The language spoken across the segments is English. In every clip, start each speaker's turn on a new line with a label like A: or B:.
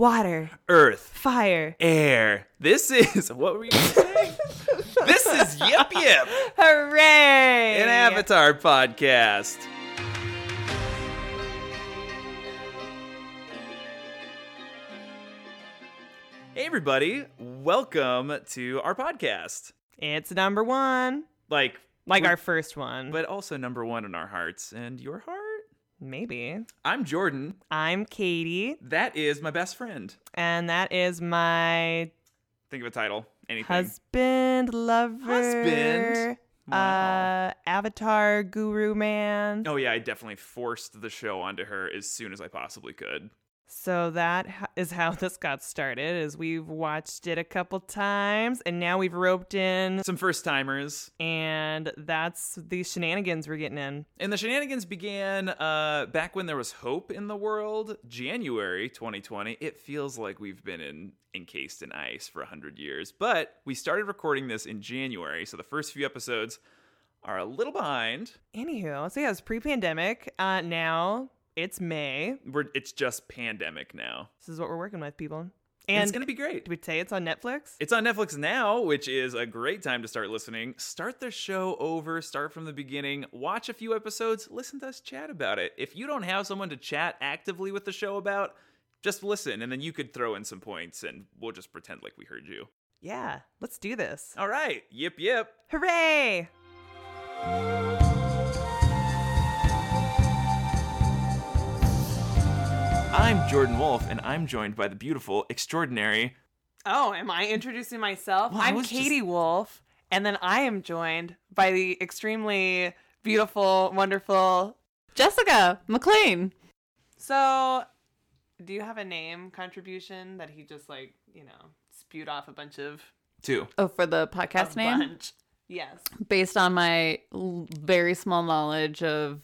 A: water,
B: Earth,
A: fire.
B: air. This is what were you saying? this is Yep Yep,
A: Hooray!
B: an Avatar podcast. Hey everybody, welcome to our podcast.
A: It's number one.
B: Like
A: Like
B: we-
A: our first one.
B: but also number 1 in our hearts and your heart.
A: Maybe.
B: I'm Jordan.
A: I'm Katie,
B: That is my best friend.
A: and that is my
B: Think of a title. Anything.
A: husband, lover,
B: Husband? Wow.
A: uh, avatar, guru man.
B: Oh yeah, I definitely forced the show onto her as soon as I possibly could.
A: So that h- is how this got started. Is we've watched it a couple times, and now we've roped in,
B: Some first timers.
A: and that's the shenanigans we're getting in.
B: And the shenanigans began uh, back when there was hope in the world, January 2020. It feels like we've been in, encased in ice for 100 years, but we started recording this in January, so the first few episodes are a little behind.
A: Anywho, so yeah, it's pre-pandemic. Uh, now it's May.
B: We're, it's just pandemic now.
A: This is what we're working with, people.
B: And it's
A: And
B: going to be great.
A: did we say it's on Netflix?
B: It's on Netflix now, which is a great time to start listening. Start the show over, start from the beginning, watch a few episodes, listen to us chat about it. If you don't have someone to chat actively with the show about, just listen and then you could throw in some points and we'll just pretend like we heard you.
A: yeah, let's do this.
B: All right, yip yip.
A: Hooray!
B: I'm Jordan Wolf and I'm joined by the beautiful, extraordinary.
A: Oh, am I introducing myself?
B: Well, I
A: I'm
B: was just-
A: Katie Wolf, and then I am joined by the extremely beautiful, wonderful
C: Jessica McLean.
A: So, do you have a name contribution that he just like you know spewed off a bunch of
B: Two.
C: Oh, for the podcast
A: a
C: name?
A: Bunch? Yes.
C: Based on my l- very small knowledge of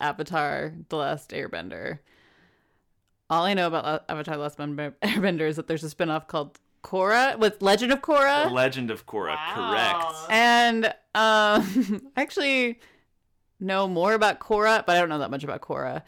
C: Avatar The Last Airbender. All I know about La- Avatar The Last Ben- Airbender is that there's a spin-off called Korra with Legend of Korra.
B: Legend of Korra,
A: Wow.
C: and um I actually know more about Korra, but I don't know that much about Korra.
B: Are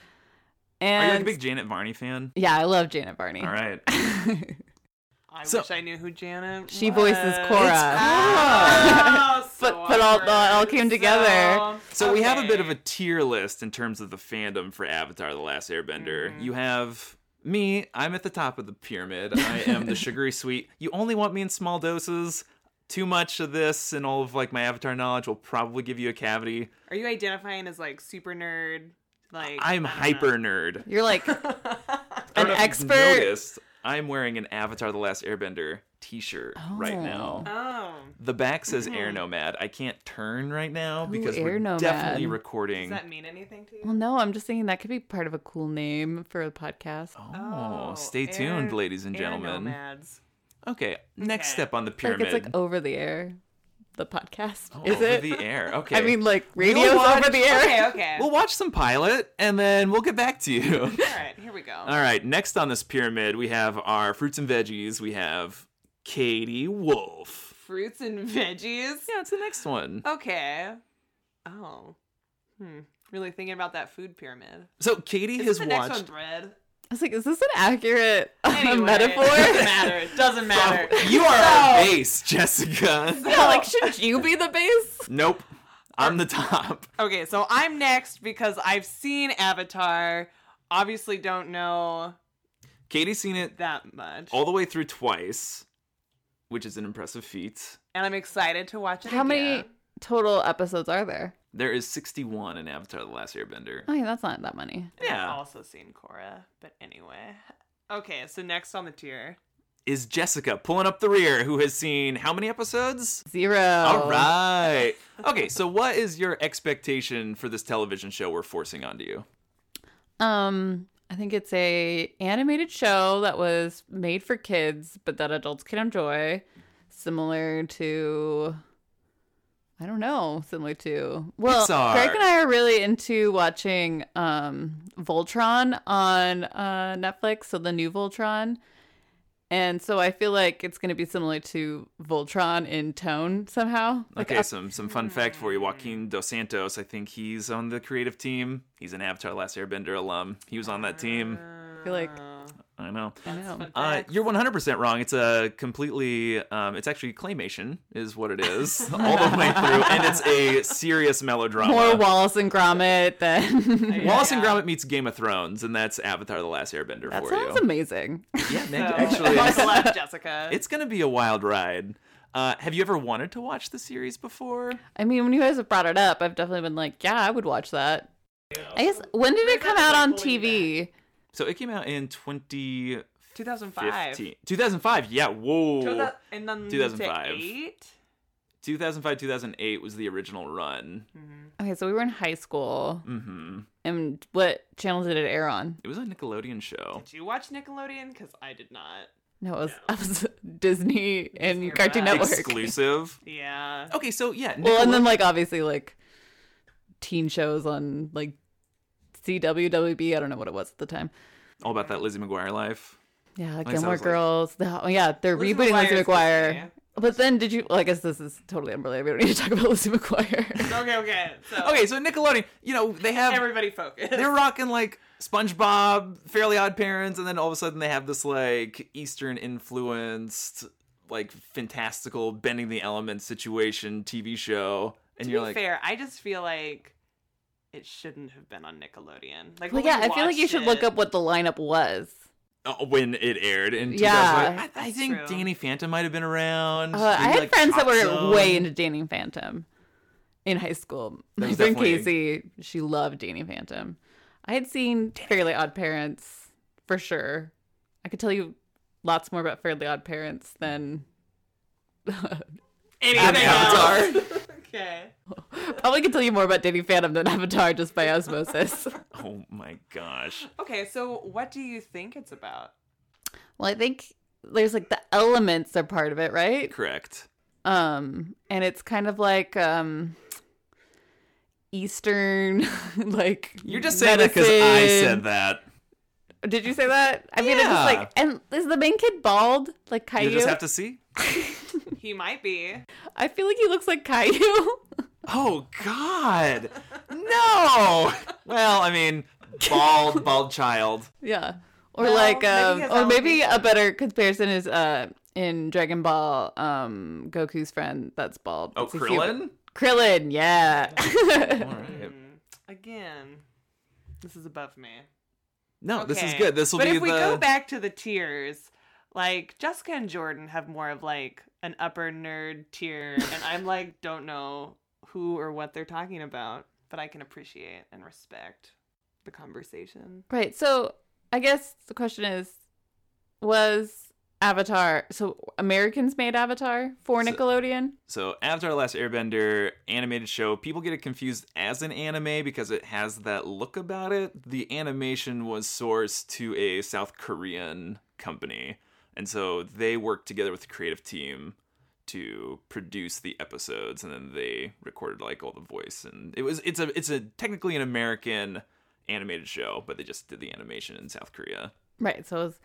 C: And
B: you like a big Janet Varney fan?
C: yeah, I love Janet Varney.
B: All right.
A: I
B: So-
A: wish I knew who Janet.
C: She voices
A: was.
C: Korra.
A: Oh, so
C: But- but all-
A: awkward.
C: all came together.
B: So we have a bit of a
A: okay.
B: tier list in terms of the fandom for Avatar: The Last Airbender.
A: Mhm.
B: You have me. I'm at the top of the pyramid. I am the sugary sweet. You only want me in small doses. Too much of this and all of like my Avatar knowledge will probably give you a cavity.
A: Are you identifying as like super nerd? Like
B: I'm
A: I don't
B: hyper nerd.
C: You're like
B: I don't
C: An
B: know if you've
C: expert-
B: noticed, I'm wearing an Avatar: The Last Airbender T-shirt right now.
A: know. Oh,
B: The back says Air Nomad. I can't turn right now because
C: Air
B: we're
C: Nomad.
B: definitely
A: does
B: recording.
A: that mean anything to
C: Well,
A: you?
C: no, I'm just thinking that could be part of a cool name for a podcast.
B: Oh,
A: Oh,
B: stay
A: air-
B: tuned, ladies and
A: Air
B: gentlemen.
A: nomads.
B: Okay, next
A: Okay.
B: step on the
C: like
B: pyramid.
C: it's like over the air, the podcast.
B: Oh,
C: Is
B: over
C: it?
B: the air? Okay.
C: I mean, like radio's
B: watch-
C: over the air.
A: Okay, okay.
B: we'll watch some pilot and then we'll get back to you.
A: all right, here we go.
B: All right, next on this pyramid, we have our fruits and veggies. We have Katie Wolf.
A: Fruits and veggies.
B: Yeah, it's the next one.
C: Uh,
A: Okay. Oh. Hmm. Really thinking about that food pyramid.
B: So Katie
A: Isn't
B: has
A: the
B: watched.
A: next one bread?
C: I was like, is this an accurate uh,
A: Anyway, It doesn't
C: metaphor?
A: matter. It doesn't matter.
B: Oh, you are our base, Jessica.
C: yeah, like shouldn't you be the base?
B: nope, I'm the top.
A: okay, so I'm next because I've seen Avatar. Obviously, don't know
B: Katie's seen it
A: that much,
B: all the way through twice, which is an impressive feat.
A: and I'm excited to watch it.
C: How many
A: again.
C: total episodes are there?
B: There is 61 in Avatar: The Last Airbender.
C: Oh, yeah, that's not that many.
A: And
B: Yeah.
A: I've also seen Korra, but anyway. Okay, so next on the tier.
B: is Jessica pulling up the rear, who has seen how many episodes?
C: Zero.
B: All right. Okay, so what is your expectation for this television show we're forcing onto you?
C: Um, I think it's a animated show that was made for kids, but that adults can enjoy. Similar to, I don't know, similar to. Well,
B: Pixar.
C: Greg and I are really into watching um Voltron on uh Netflix, so the new Voltron. And so I feel like it's going to be similar to Voltron in tone somehow. Like uh,
B: Okay, some some fun fact for you. Joaquin Dos Santos, I think he's on the creative team. He's an Avatar Last Airbender alum. He was on that team.
C: I feel like
A: Uh,
B: I know.
C: I know.
B: Uh,
A: Facts.
B: you're 100% wrong. It's a completely, um, it's actually claymation, is what it is, all the way through. And it's a serious melodrama.
C: More Wallace and Gromit than.
B: Wallace
A: Yeah.
B: and Gromit meets Game of Thrones, and that's Avatar The Last Airbender
C: that
B: for
C: sounds
B: you.
C: amazing.
B: Yeah, man,
A: So-
B: actually,
A: I
B: it's,
A: love Jessica.
B: it's going to be a wild ride. Uh, have you ever wanted to watch the series before?
C: I mean, when you guys have brought it up, I've definitely been like, yeah, I would watch that. I guess when did it come out on TV?
B: So it came out in 2015.
A: 2005.
B: 2005, yeah, whoa.
A: Two thou- and then
B: 2005.
A: 2008?
B: 2005, 2008 was the original run.
C: Okay, so we were in high school,
B: hmm
C: and what channel did it air on?
B: It was a Nickelodeon show.
A: Did you watch Nickelodeon? Because I did not.
C: No, it was, it was Disney and
A: Disney or
C: Cartoon
A: Fox.
C: Network.
B: Exclusive.
A: Yeah.
B: Okay, so yeah, Nickelode-
C: Well, and then like obviously like teen shows on like CW, WB. I don't know what it was at the time.
B: all about that Lizzie McGuire life.
C: Yeah,
B: Like,
C: Gilmore
B: sounds like-
C: Girls. The, oh, yeah, they're
A: Lizzie
C: rebooting Lizzie
A: McGuire's
C: McGuire.
A: Disney.
C: But then did you? Well, I guess this is totally unrelated. We don't need to talk about Lizzie McGuire.
A: Okay, okay. So
B: Oh. Okay, um, so Nickelodeon, you know, they have
A: everybody focus.
B: they're rocking like SpongeBob, Fairly Odd Parents, and then all of a sudden they have this like Eastern influenced, like fantastical bending the elements situation TV show, and
A: to
B: you're
A: be
B: like,
A: fair, I just feel like it shouldn't have been on Nickelodeon. Like,
C: well,
A: when
C: yeah,
A: we
C: I feel like you
A: watched
C: should look
A: it-
C: up what the lineup was.
B: oh, when it aired in
C: Yeah,
B: 2000, I, I
A: that's
B: think
A: true.
B: Danny Phantom might have been around.
C: Uh, I
B: maybe,
C: had
B: like,
C: friends that
B: Pop
C: were
B: Zone.
C: way into Danny Phantom in high school. My
B: was
C: friend
B: definitely-
C: Casey, she loved Danny Phantom. I had seen Fairly Odd Parents for sure. I could tell you lots more about Fairly Odd Parents than
A: anything
B: Avatar.
A: else. okay.
C: probably could tell you more about Danny Phantom than Avatar just by osmosis.
B: Oh my gosh.
A: Okay, so what do you think it's about?
C: well, I think there's like the elements are part of it, right?
B: Correct.
C: um and it's kind of like um eastern like
B: You're just saying that because I said that.
C: that did you say that i mean it's just like and is the main kid bald like
B: You
C: caillou
B: just have to see.
A: He might be.
C: i feel like he looks like caillou
B: Oh God, no! Well, I mean, bald, bald child.
C: yeah or
A: Well,
C: like
A: maybe he
C: um
A: has
C: or maybe a better comparison is uh in dragon ball um goku's friend that's bald
B: Oh,
C: It's a human.
B: Krillin.
C: krillin yeah
B: All right.
A: Hmm. Again, this is above me.
B: No, Oh, this is
A: Okay.
B: good. This will
A: But
B: be
A: if we
B: the.
A: go back to the tiers, like Jessica and Jordan have more of like an upper nerd tier, and I'm like don't know who or what they're talking about, but I can appreciate and respect the conversation.
C: Right. So I guess the question is was Avatar so Americans made Avatar for
B: So-
C: Nickelodeon?
B: So Avatar: The Last Airbender animated show. People get it confused as an anime because it has that look about it. The animation was sourced to a South Korean company, and so they worked together with the creative team to produce the episodes, and then they recorded like all the voice. And it was it's a it's a technically an American animated show, but they just did the animation in South Korea.
C: Right. So it was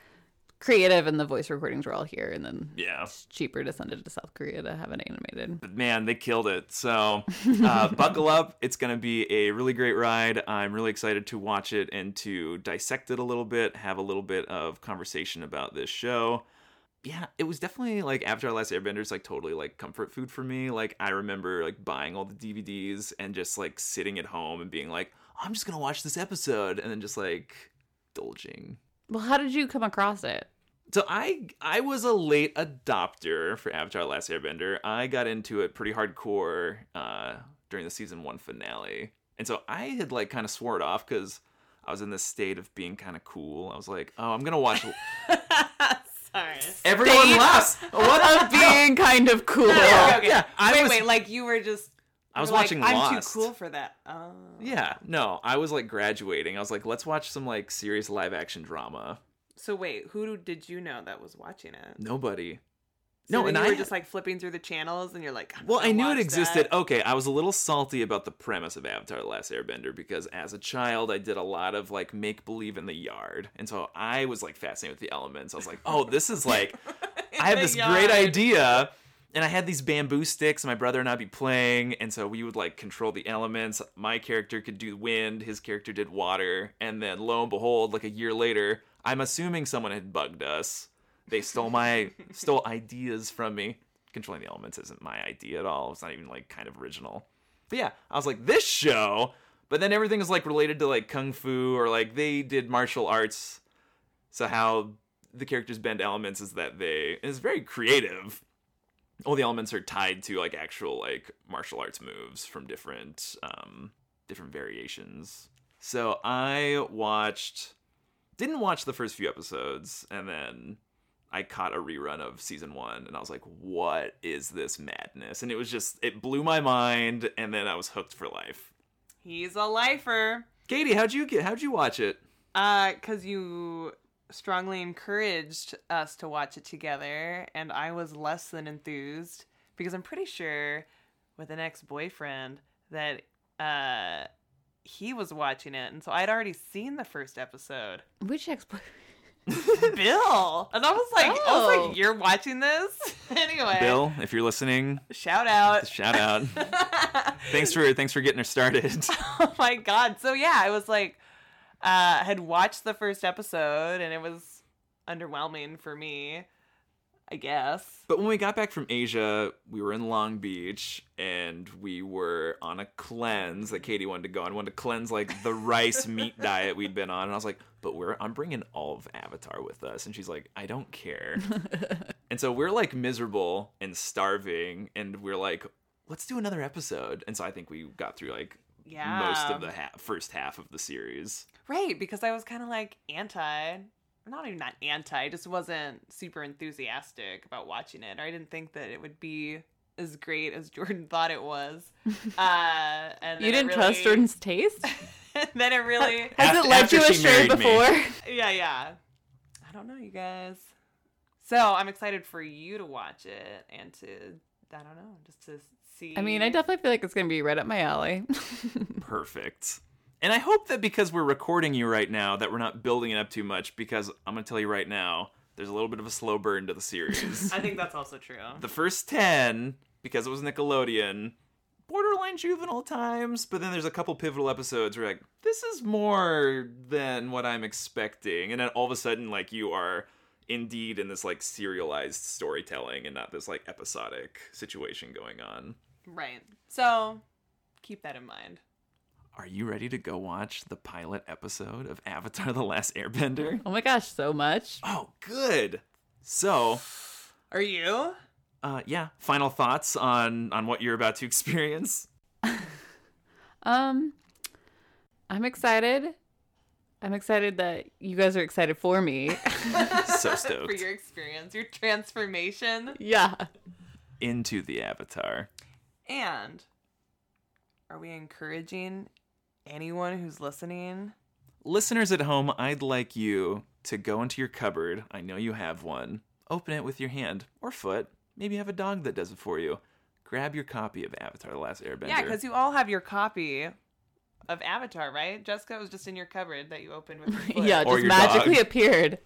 C: creative and the voice recordings were all here and then
B: Yeah.
C: it's cheaper to send it to South Korea to have it animated.
B: But man, they killed it. So uh, buckle up. It's going to be a really great ride. I'm really excited to watch it and to dissect it a little bit, have a little bit of conversation about this show. Yeah, it was definitely like after our last Airbender, it's like totally like comfort food for me. Like I remember like buying all the DVDs and just like sitting at home and being like, I'm just gonna watch this episode, and then just like dolging.
C: Well, how did you come across it?
B: So I I was a late adopter for Avatar: The Last Airbender. I got into it pretty hardcore uh, during the season one finale, and so I had like kind of swore it off because I was in this state of being kind of cool. I was like, oh, I'm gonna watch.
A: Sorry.
B: Everyone
C: State
B: laughs. What
C: Of being kind of cool.
A: Okay, okay.
B: Yeah, I
A: wait,
B: was-
A: wait, like you were just.
B: I was
A: you were like,
B: watching
A: I'm
B: Lost."
A: too cool for that. Oh.
B: Yeah, no, I was like graduating. I was like, let's watch some like serious live action drama.
A: So wait, who did you know that was watching it?
B: Nobody.
A: So
B: no,
A: then
B: and
A: you
B: I
A: were just like flipping through the channels, and you're like, I'm
B: Well,
A: gonna
B: I knew
A: watch
B: it existed.
A: that.
B: Okay, I was a little salty about the premise of Avatar: The Last Airbender because as a child, I did a lot of like make believe in the yard, and so I was like fascinated with the elements. I was like, "Oh, this is like, I have
A: the
B: this great
A: yard.
B: idea." And I had these bamboo sticks, and my brother and I'd be playing, and so we would like control the elements. My character could do wind, his character did water, and then lo and behold, like a year later, I'm assuming someone had bugged us. They stole my stole ideas from me. Controlling the elements isn't my idea at all. It's not even like kind of original. But yeah, I was like this show, but then everything is like related to like kung fu or like they did martial arts. So how the characters bend elements is that they is very creative. All the elements are tied to like actual like martial arts moves from different um different variations. So I watched didn't watch the first few episodes and then I caught a rerun of season 1 and I was like what is this madness? And it was just it blew my mind and then I was hooked for life.
A: He's a lifer.
B: Katie, how'd you get how'd you watch it?
A: Uh, cause you strongly encouraged us to watch it together, and I was less than enthused because I'm pretty sure with an ex boyfriend that uh, he was watching it, and so I'd already seen the first episode.
C: Which ex boy?
A: Bill, and I was like, I was
C: Oh.
A: like, you're watching this anyway.
B: Bill, if you're listening,
A: shout out.
B: shout out. thanks for thanks for getting her started.
A: oh my god so yeah i was like uh had watched the first episode and it was underwhelming for me i guess
B: But when we got back from Asia, we were in Long Beach and we were on a cleanse that Katie wanted to go on. Wanted to cleanse like the rice meat diet we'd been on, and I was like, "But we're I'm bringing all of Avatar with us," and she's like, "I don't care." and so we're like miserable and starving, and we're like, "Let's do another episode." And so I think we got through like
A: yeah
B: most of the ha- first half of the series.
A: right because i was kind of like anti not even not anti just wasn't super enthusiastic about watching it or i didn't think that it would be as great as jordan thought it was uh and
C: You
A: then
C: didn't
A: it
C: trust
A: really-
C: Jordan's taste?
A: then it really
C: Has
B: After-
C: it led
B: after
C: you
B: she
C: astray
B: married me.
C: before?
A: yeah, yeah. I don't know, you guys. So I'm excited for you to watch it and to I don't know, just to see.
C: I mean, I definitely feel like it's gonna be right up my alley.
B: Perfect. And I hope that because we're recording you right now, that we're not building it up too much. Because I'm gonna tell you right now, there's a little bit of a slow burn to the series.
A: I think that's also true.
B: the first ten, because it was Nickelodeon, borderline juvenile times. But then there's a couple pivotal episodes where you're like, this is more than what I'm expecting. And then all of a sudden, like you are indeed in this like serialized storytelling and not this like episodic situation going on.
A: right. So keep that in mind.
B: Are you ready to go watch the pilot episode of Avatar The Last Airbender?
C: oh my gosh, so much.
B: Oh, good. So,
A: Are you?
B: uh, yeah, final thoughts on on what you're about to experience?
C: Um, I'm excited. I'm excited that you guys are excited for me.
B: So
A: for
B: stoked.
A: your experience, your transformation.
C: yeah.
B: Into the Avatar.
A: And are we encouraging anyone who's listening?
B: Listeners at home, I'd like you to go into your cupboard. I know you have one. Open it with your hand or foot. Maybe you have a dog that does it for you. Grab your copy of Avatar: The Last Airbender.
A: Yeah, because you all have your copy of Avatar, right? Jessica was just in your cupboard that you opened with your foot.
C: Yeah, it
B: Or
C: just
B: your
C: magically
B: dog.
C: appeared.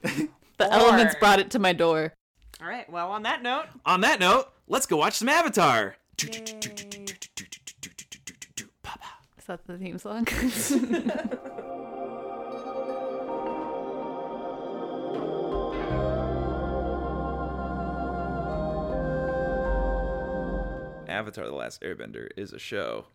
C: The
A: Or-
C: elements brought it to my door.
A: All right. Well, on that note,
B: On that note, let's go watch some Avatar. Papa.
C: Is that the theme song?
B: Avatar The Last Airbender is a show.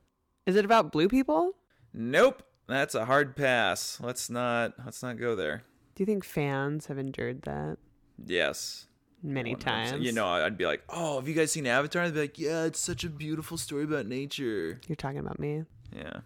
C: Is it about blue people?
B: Nope. That's a hard pass. Let's not let's not go there.
A: Do you think fans have endured that
B: Yes.
A: many
B: 100%.
A: times?
B: You know, I'd be like, "Oh, have you guys seen Avatar?" I'd be like, "Yeah, it's such a beautiful story about nature."
A: you're talking about me.
B: Yeah.